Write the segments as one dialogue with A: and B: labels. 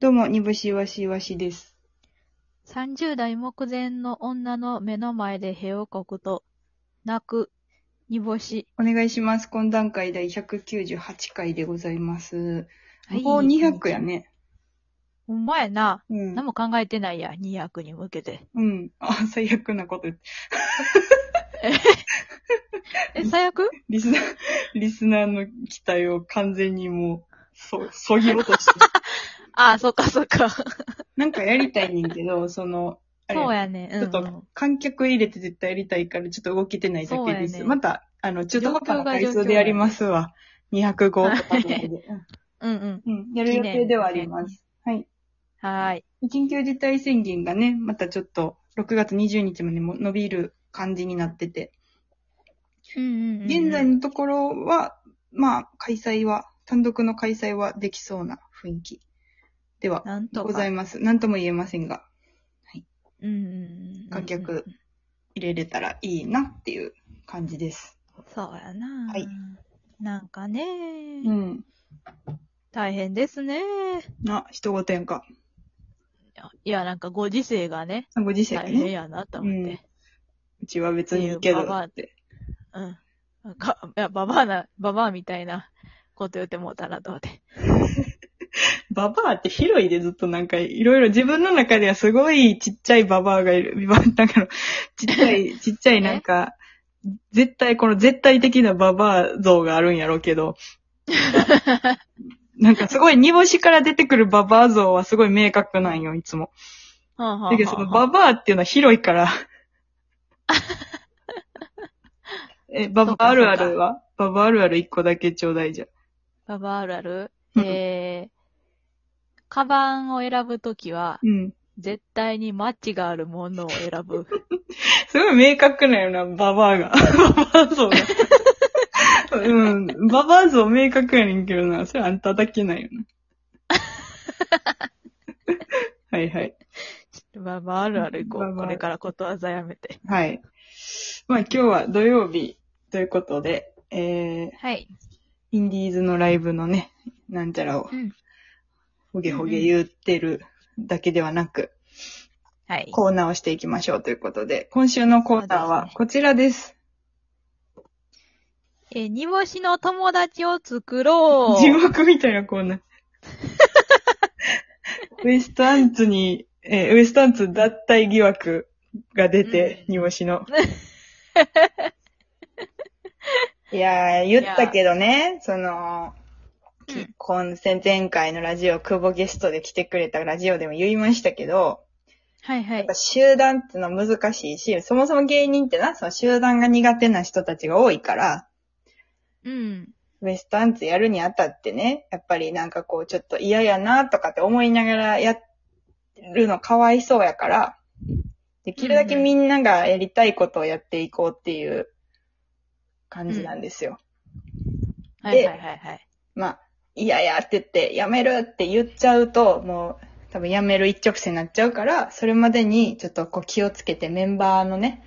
A: どうも、煮干しわしわしです。
B: 三十代目前の女の目の前で屁をこくと、泣く、煮干し。
A: お願いします。懇談会第198回でございます。
B: はい
A: ここ200や。ね。
B: ほんまやな。
A: うん
B: 何。も考えてないや、200に向けて。
A: うん。あ、最悪なこと言って。
B: え、最悪
A: リスナー、 リスナーの期待を完全にもう、そ、そぎ落と して。
B: ああ、そっかそっか。そ
A: なんかやりたいねんけど、その、あれ、
B: うやね。うん
A: ちょっと観客入れて絶対やりたいから、ちょっと動けてないだけです。
B: そうやね
A: また、あの、中途半端な回
B: 状況が状
A: 数
B: 況
A: でやりますわ。205とかぐらいで。
B: うんうん。
A: うん。うんやる予定ではあります。はい。
B: はーい。
A: 緊急事態宣言がね、またちょっと、6月20日までも伸びる感じになってて、
B: うんうんうんうん。
A: 現在のところは、まあ、開催は、単独の開催はできそうな雰囲気では
B: なんとか。
A: ございます。なんとも言えませんが、
B: うんうんうんうん。
A: 観客。入れれたらいいなっていう感じです。
B: そうやな。
A: はい。
B: なんかね、
A: うん。
B: 大変ですね。
A: な、人ごとやんか。
B: いや、なんかご時世がね、
A: ご時世が
B: 大変
A: ね。
B: やなと思って。
A: うちは別にいいけど
B: っていうババア
A: って。
B: うん。なんか、いや、ババアな、ババアみたいなこと言ってもうたなと思って。
A: ババアって広いでずっとなんかいろいろ自分の中ではすごいちっちゃいババアがいる。 ババアだから、ちっちゃ い、ちっちゃいなんか、絶対、この絶対的なババア像があるんやろうけ ど、なんかすごい煮干しから出てくるババア像はすごい明確なんよ、いつも。
B: はあはあはあ
A: だけどそのババアっていうのは広い から。え、ババアあるあるはババアあるある一個だけちょうだいじゃん。
B: ババアあるある
A: うん
B: えー、カバンを選ぶときは、
A: うん。
B: 絶対にマッチがあるものを選 ぶ。
A: すごい明確なよな、ババアが。ババア像が。うん。ババア像明確やねんけどな。それあんただけなんよな。はいはい。
B: ババアあるある行こ
A: バ
B: う。
A: バア
B: これからことわざやめて。
A: はい。まあ今日は土曜日ということで、えー、
B: はい。
A: インディーズのライブのね、なんちゃらを
B: うん。
A: ほげほげ言ってるだけではなく、
B: はい。
A: コーナーをしていきましょうということで、今週のコーナーはこちらです。
B: えー、煮干しの友達を作ろう。
A: 地獄みたいなコー ナー。ウエストアンツに、えーウエストアンツ脱退疑惑が出て、
B: うん
A: 煮干しの。 いやー、言ったけどね、その、
B: うん
A: 結婚前前回のラジオ、久保ゲストで来てくれたラジオでも言いましたけど、
B: はいは
A: やっ
B: い
A: ぱ。集団ってのは難しいし、そもそも芸人ってな、その集団が苦手な人たちが多いから、
B: うん。
A: ウエストアンツやるにあたってね、やっぱりなんかこうちょっと嫌やなとかって思いながらやるのかわいそうやから、できるだけみんながやりたいことをやっていこうっていう感じなんですよ。
B: はいはいはいはい。
A: まあ、嫌やって言って、やめるって言っちゃうと、もう多分やめる一直線になっちゃうから、それまでにちょっとこう気をつけてメンバーのね、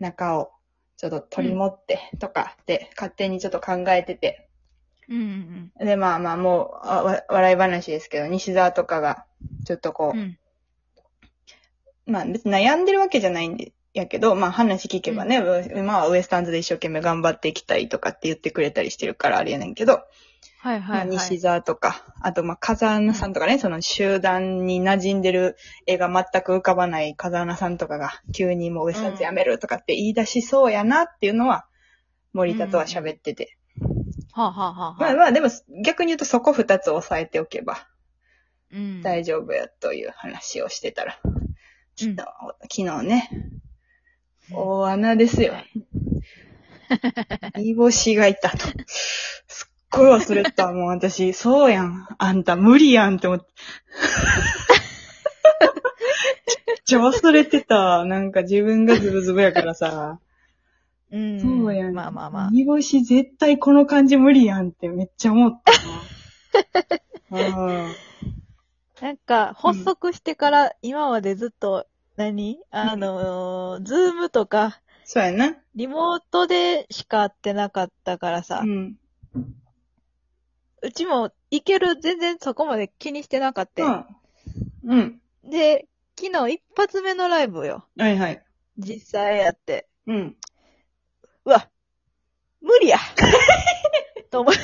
A: 中をちょっと取り持ってとかって勝手にちょっと考えてて、
B: うんうん
A: で、まあまあ、もう、あわ笑い話ですけど、西沢とかが、ちょっとこ
B: うん。
A: う、
B: うん。
A: まあ別に悩んでるわけじゃないんで、やけど、まあ話聞けばね、う今はウエスタンズで一生懸命頑張っていきたいとかって言ってくれたりしてるからあれやねんけど、
B: はいはいはい。
A: まあ西沢とか、あとまあ風穴さんとかね、その集団に馴染んでる絵が全く浮かばない風穴さんとかが、急にもうウエスタンズやめるとかって言い出しそうやなっていうのは、森田とは喋ってて。
B: はあはあはあはあ。
A: まあまあでも逆に言うとそこ二つ押さえておけば、
B: うん。
A: 大丈夫やという話をしてたら、昨
B: うん
A: 日、昨日ね、
B: うん
A: 大穴ですよ
B: はい。
A: 煮干しがいたと。すっごい忘れてた、 もう私。そうやん。あんた無理やんって思って。めっちゃ忘れてた。なんか自分がズブズブやからさ。
B: うん。
A: そうやん。
B: まあまあまあ。
A: 煮干し絶対この感じ無理やんってめっちゃ思った な。うん。
B: なんか、発足してから、今までずっと何、あのー、ズームとか、
A: そうやな。
B: リモートでしか会ってなかったからさ、
A: うん。
B: うちも行ける、全然そこまで気にしてなかった、
A: うん。うん。
B: で、昨日一発目のライブよ。
A: はいはい。
B: 実際やって。
A: うん。
B: うわ、無理やと思い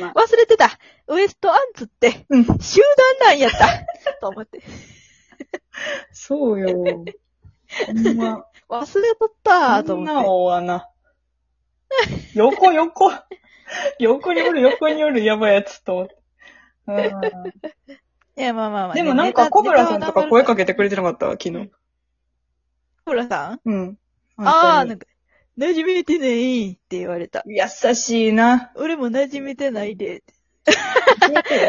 A: ま
B: 忘れてたウエストアンツって
A: うん。
B: 集団なんやったと思って。
A: そう よ。ほんま。
B: 忘れとったと
A: そん
B: 思
A: な
B: って。
A: 大穴。横横。横におる横におるやばいやつと思って。 うん
B: いや、まあまあまあ。
A: でもなんか、コブラさんとか声かけてくれてなかった昨日。
B: コブラさん
A: うん。本当
B: ああ、な
A: に
B: んか、馴染めてないって言われた。
A: 優しいな。
B: 俺も馴染めてないでって。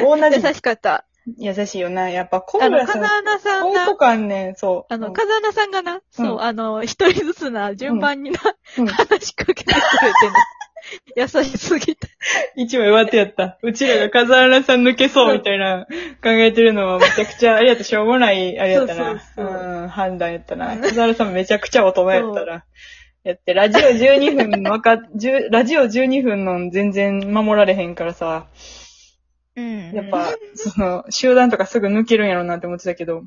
A: 同じ。
B: 優しかった。
A: 優しいよな。やっぱコブ
B: あの、
A: ラさ
B: 風
A: ん。
B: 穴さん
A: 温
B: が
A: 度、感ね、そう。
B: あの、風穴さんがな、そう、あの、一人ずつな、順番にな、
A: うん
B: 話しかけてくれてね。優しすぎた。
A: 一枚上手やった。うちらが風原さん抜けそうみたいな考えてるのはめちゃくちゃ、あれやった、しょうもない、あれやったな。
B: そうそうそ
A: ん、判断やったな。風原さんめちゃくちゃ大人やったな。やって、ラジオ12分わか、10ラジオ12分の全然守られへんからさ、
B: うん
A: やっぱ、その、集団とかすぐ抜けるんやろうなって思ってたけど、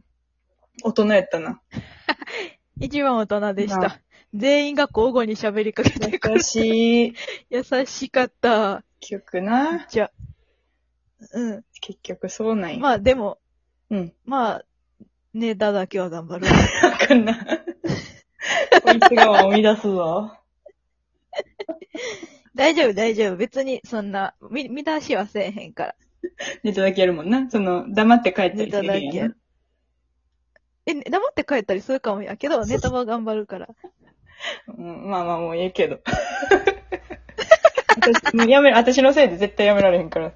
A: 大人やったな。
B: 一番大人でし
A: な
B: た。全員が交互に喋りかけてくる
A: 優。しい
B: 優しかった。
A: 曲な。
B: じゃあ。う
A: 結局そうなん
B: ん。
A: や。
B: まあでも、
A: うん。
B: まあ、ネタだけは頑張る。
A: あかん な。こいつが生み出すぞ。
B: 大丈夫、大丈夫。別に、そんな、み、見出しはせえへんから。
A: ネタだけやるもんな。その、黙って帰った
B: ネ
A: りす
B: タ
A: る
B: だ
A: んや
B: け
A: な。。
B: え、ね黙って帰ったりするかもやけど、ネタは頑張るから。
A: うん、まあまあもうええけど。私、もうやめる、私のせいで絶対やめられへんから。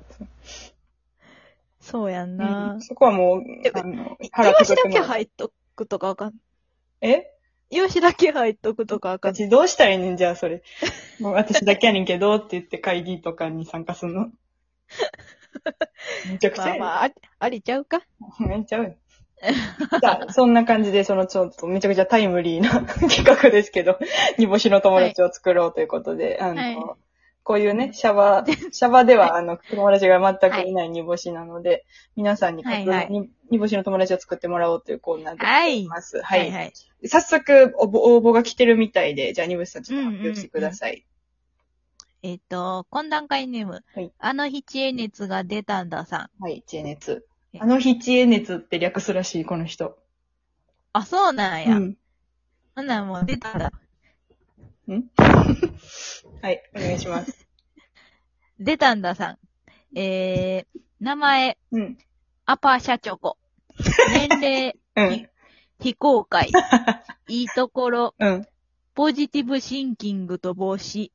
B: そうやん
A: う。
B: なん
A: そこはもう
B: え、
A: あの、く
B: 用紙だ
A: く
B: け
A: の。
B: 入っとくとかあかん。
A: え
B: 用紙だけ入っとくとかあかん。
A: 私どうしたらいいねん、じゃあそれ。もう私だけやねんけどって言って会議とかに参加すん の。めちゃくちゃ
B: ま
A: や
B: あ
A: ん、
B: まあ、あり、ありちゃうか
A: めっちゃうよ。じゃあ、そんな感じで、そのちょっとめちゃくちゃタイムリーな企画ですけど、 煮干しの友達を作ろうということで、あの、
B: はい
A: こういう ね、シャバ、シャバでは、あの、友達が全くいない煮干しなので、皆さんに、
B: はいはい
A: に煮干しの友達を作ってもらおうというコーナーでございます。は
B: はい
A: い。
B: はい。
A: 早速応募、応募が来てるみたいで、じゃあ煮干しさんちょっと発表してください。
B: えっ、と、懇談会ネーム。
A: はい
B: あの日知恵熱が出たんださん。
A: はい、知恵熱。
B: はい
A: あの日知恵熱って略すらしい、この人。
B: あ、そうなん
A: う
B: や。
A: ん。
B: そんなんもう出たんだ。
A: はい、お願いし ます。
B: 出たんださん。えー、名前、
A: うん。
B: アパーシャチョコ。年齢、
A: うん。
B: 非公開。いいところ、
A: うん。
B: ポジティブシンキングと帽子。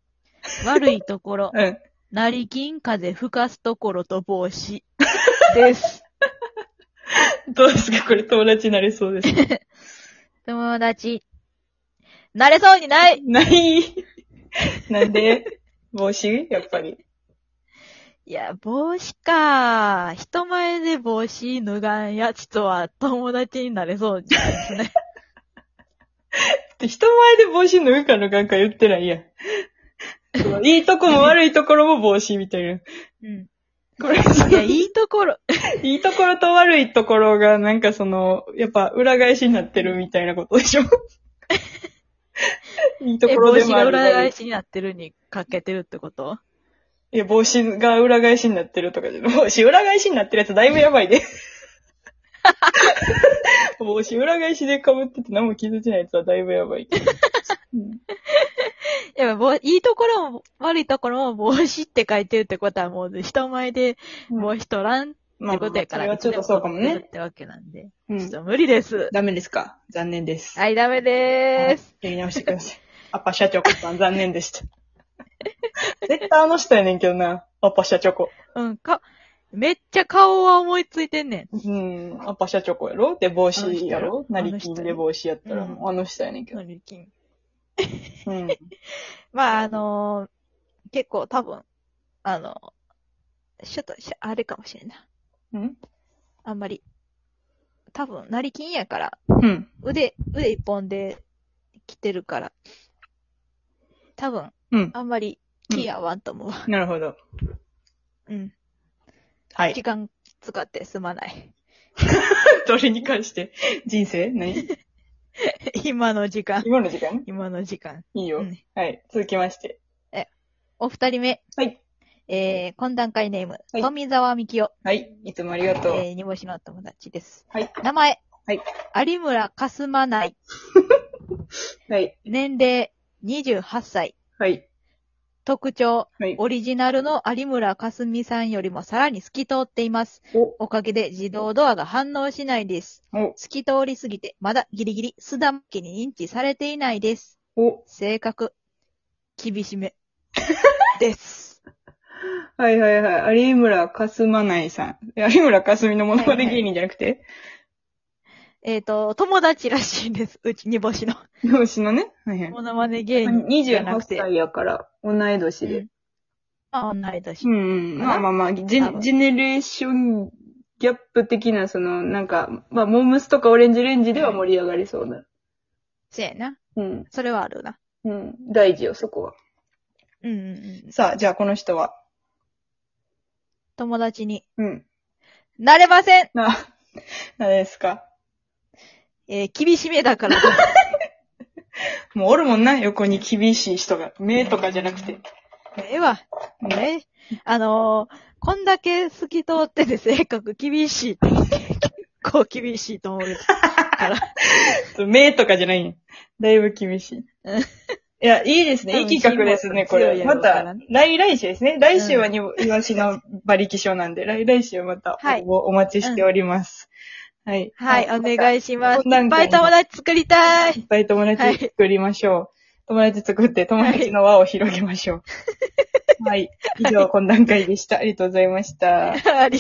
B: 悪いところ、
A: うん。
B: 成金風吹かすところと帽子。です。
A: どうですかこれ友達になれそうです。
B: 友達。なれそうにない
A: ないなんで帽子やっぱり。
B: いや、帽子か。人前で帽子脱がんやつとは友達になれそうじゃないですね。
A: 人前で帽子脱ぐか脱がんか言ってないやん。そのいいとこも悪いところも帽子みたいな。
B: うん。
A: これ、
B: いや、いいところ。
A: いいところと悪いところがなんかその、やっぱ裏返しになってるみたいなことでしょいいところ
B: 帽
A: で
B: 子
A: もある
B: が裏返
A: し。
B: しになってるにかけてるってこと
A: いや、帽子が裏返しになってるとかじゃない。帽子裏返しになってるやつだいぶやば いで。帽子裏返しで被ってて何も気づいてないやつはだいぶやばい。 うん
B: いや、帽いいところも悪いところも帽子って書いてるってことはもう人前で帽子取らんっ
A: まあ
B: てことやから。
A: まあそれはちょっとそうかも
B: いつで取
A: ね。
B: ってるってわけなんで。
A: う
B: ちょっ
A: ん。
B: と無理です。
A: ダメですか残念です。
B: はい、ダメでーす。
A: やり直してください。アッパ社長コさん残念でした。 絶対あの人やねんけどな。アッパ社長コ。
B: うん、か、めっちゃ顔は思いついてんねん。
A: うん。アッパ社長コやろで、帽
B: あの人
A: 子
B: や
A: や
B: ろ
A: ろなりきんで帽子やったら、
B: あの人
A: もうあの人やねんけど。
B: 成金
A: うん。
B: まあ、あのー結構多分、あのちょっとし、あれかもしれんない。
A: うん
B: あんまり。多分、成金やから、
A: うん。
B: 腕、腕一本で来てるから、多分、
A: うん。
B: あんまり
A: うん
B: 気合わんと思うわ。
A: なるほど。
B: うん。
A: はい
B: 時。間使ってすまない。
A: どれに関して人生何
B: 今の時間。
A: 今の時間
B: 今の時間。
A: いいよ、
B: うん
A: はい。続きまして。
B: お二人目。
A: はい。
B: えー、懇談会ネーム、
A: はい
B: 富澤美樹
A: はい。いつもありがとう。
B: えー、煮干しのお友達です。
A: はい。
B: 名前。
A: はい。
B: 有村かすまない。
A: はい。
B: 年齢28歳。
A: はい。
B: 特徴。
A: はい。
B: オリジナルの有村かすみさんよりもさらに透き通っています。
A: お、
B: おかげで自動ドアが反応しないです。
A: お、
B: 透き通りすぎて、まだギリギリ、須田真希に認知されていないです。
A: お。
B: 性格、厳しめ。 です。
A: はいはいはい。有村かすまないさん。有村かすみのものまね芸人じゃなくて、
B: えっ、と、友達らしいです。うち、煮干しの。
A: 漁師のね。はいはい。
B: モノマネ芸人じゃな
A: 28
B: くて。
A: 歳やから、同い年で。
B: あ、同い年
A: う。ん、うん、まあまあまあ、ジ
B: 多
A: ェ
B: 分
A: ジェネレーションギャップ的な、その、なんか、まあ、モームスとかオレンジレンジでは盛り上がりそうな。
B: せやな。
A: うん。
B: それはあるな。
A: うん。大事よ、そこは。
B: うんうんうん。
A: さあ、じゃあこの人は。
B: 友達に
A: うん。
B: なれません
A: な、何ですか。
B: えー厳しめだから。
A: もうおるもんな、横に厳しい人が。目とかじゃなくて。
B: ええわ。ええあのーこんだけ透き通ってて性格厳しいって。結構厳しいと思う から。
A: 目とかじゃないよだいぶ厳しい
B: うん。
A: いや、いいですね。い
B: 多分
A: い企画ですね、こ
B: 辛
A: れ。ま
B: 抱強いやろうから
A: た
B: ね、
A: 来来週ですね。来週はに、イワシの馬力賞なんで、来来週また
B: はい
A: 応募お待ちしております。はい。
B: はい、お願いします。
A: 懇談会
B: いっぱい友達作りた
A: い
B: い
A: っぱい友達作りましょう。友達作って友達の輪を広げましょう。はい。以上、懇談会でした。ありがとうございました。
B: あり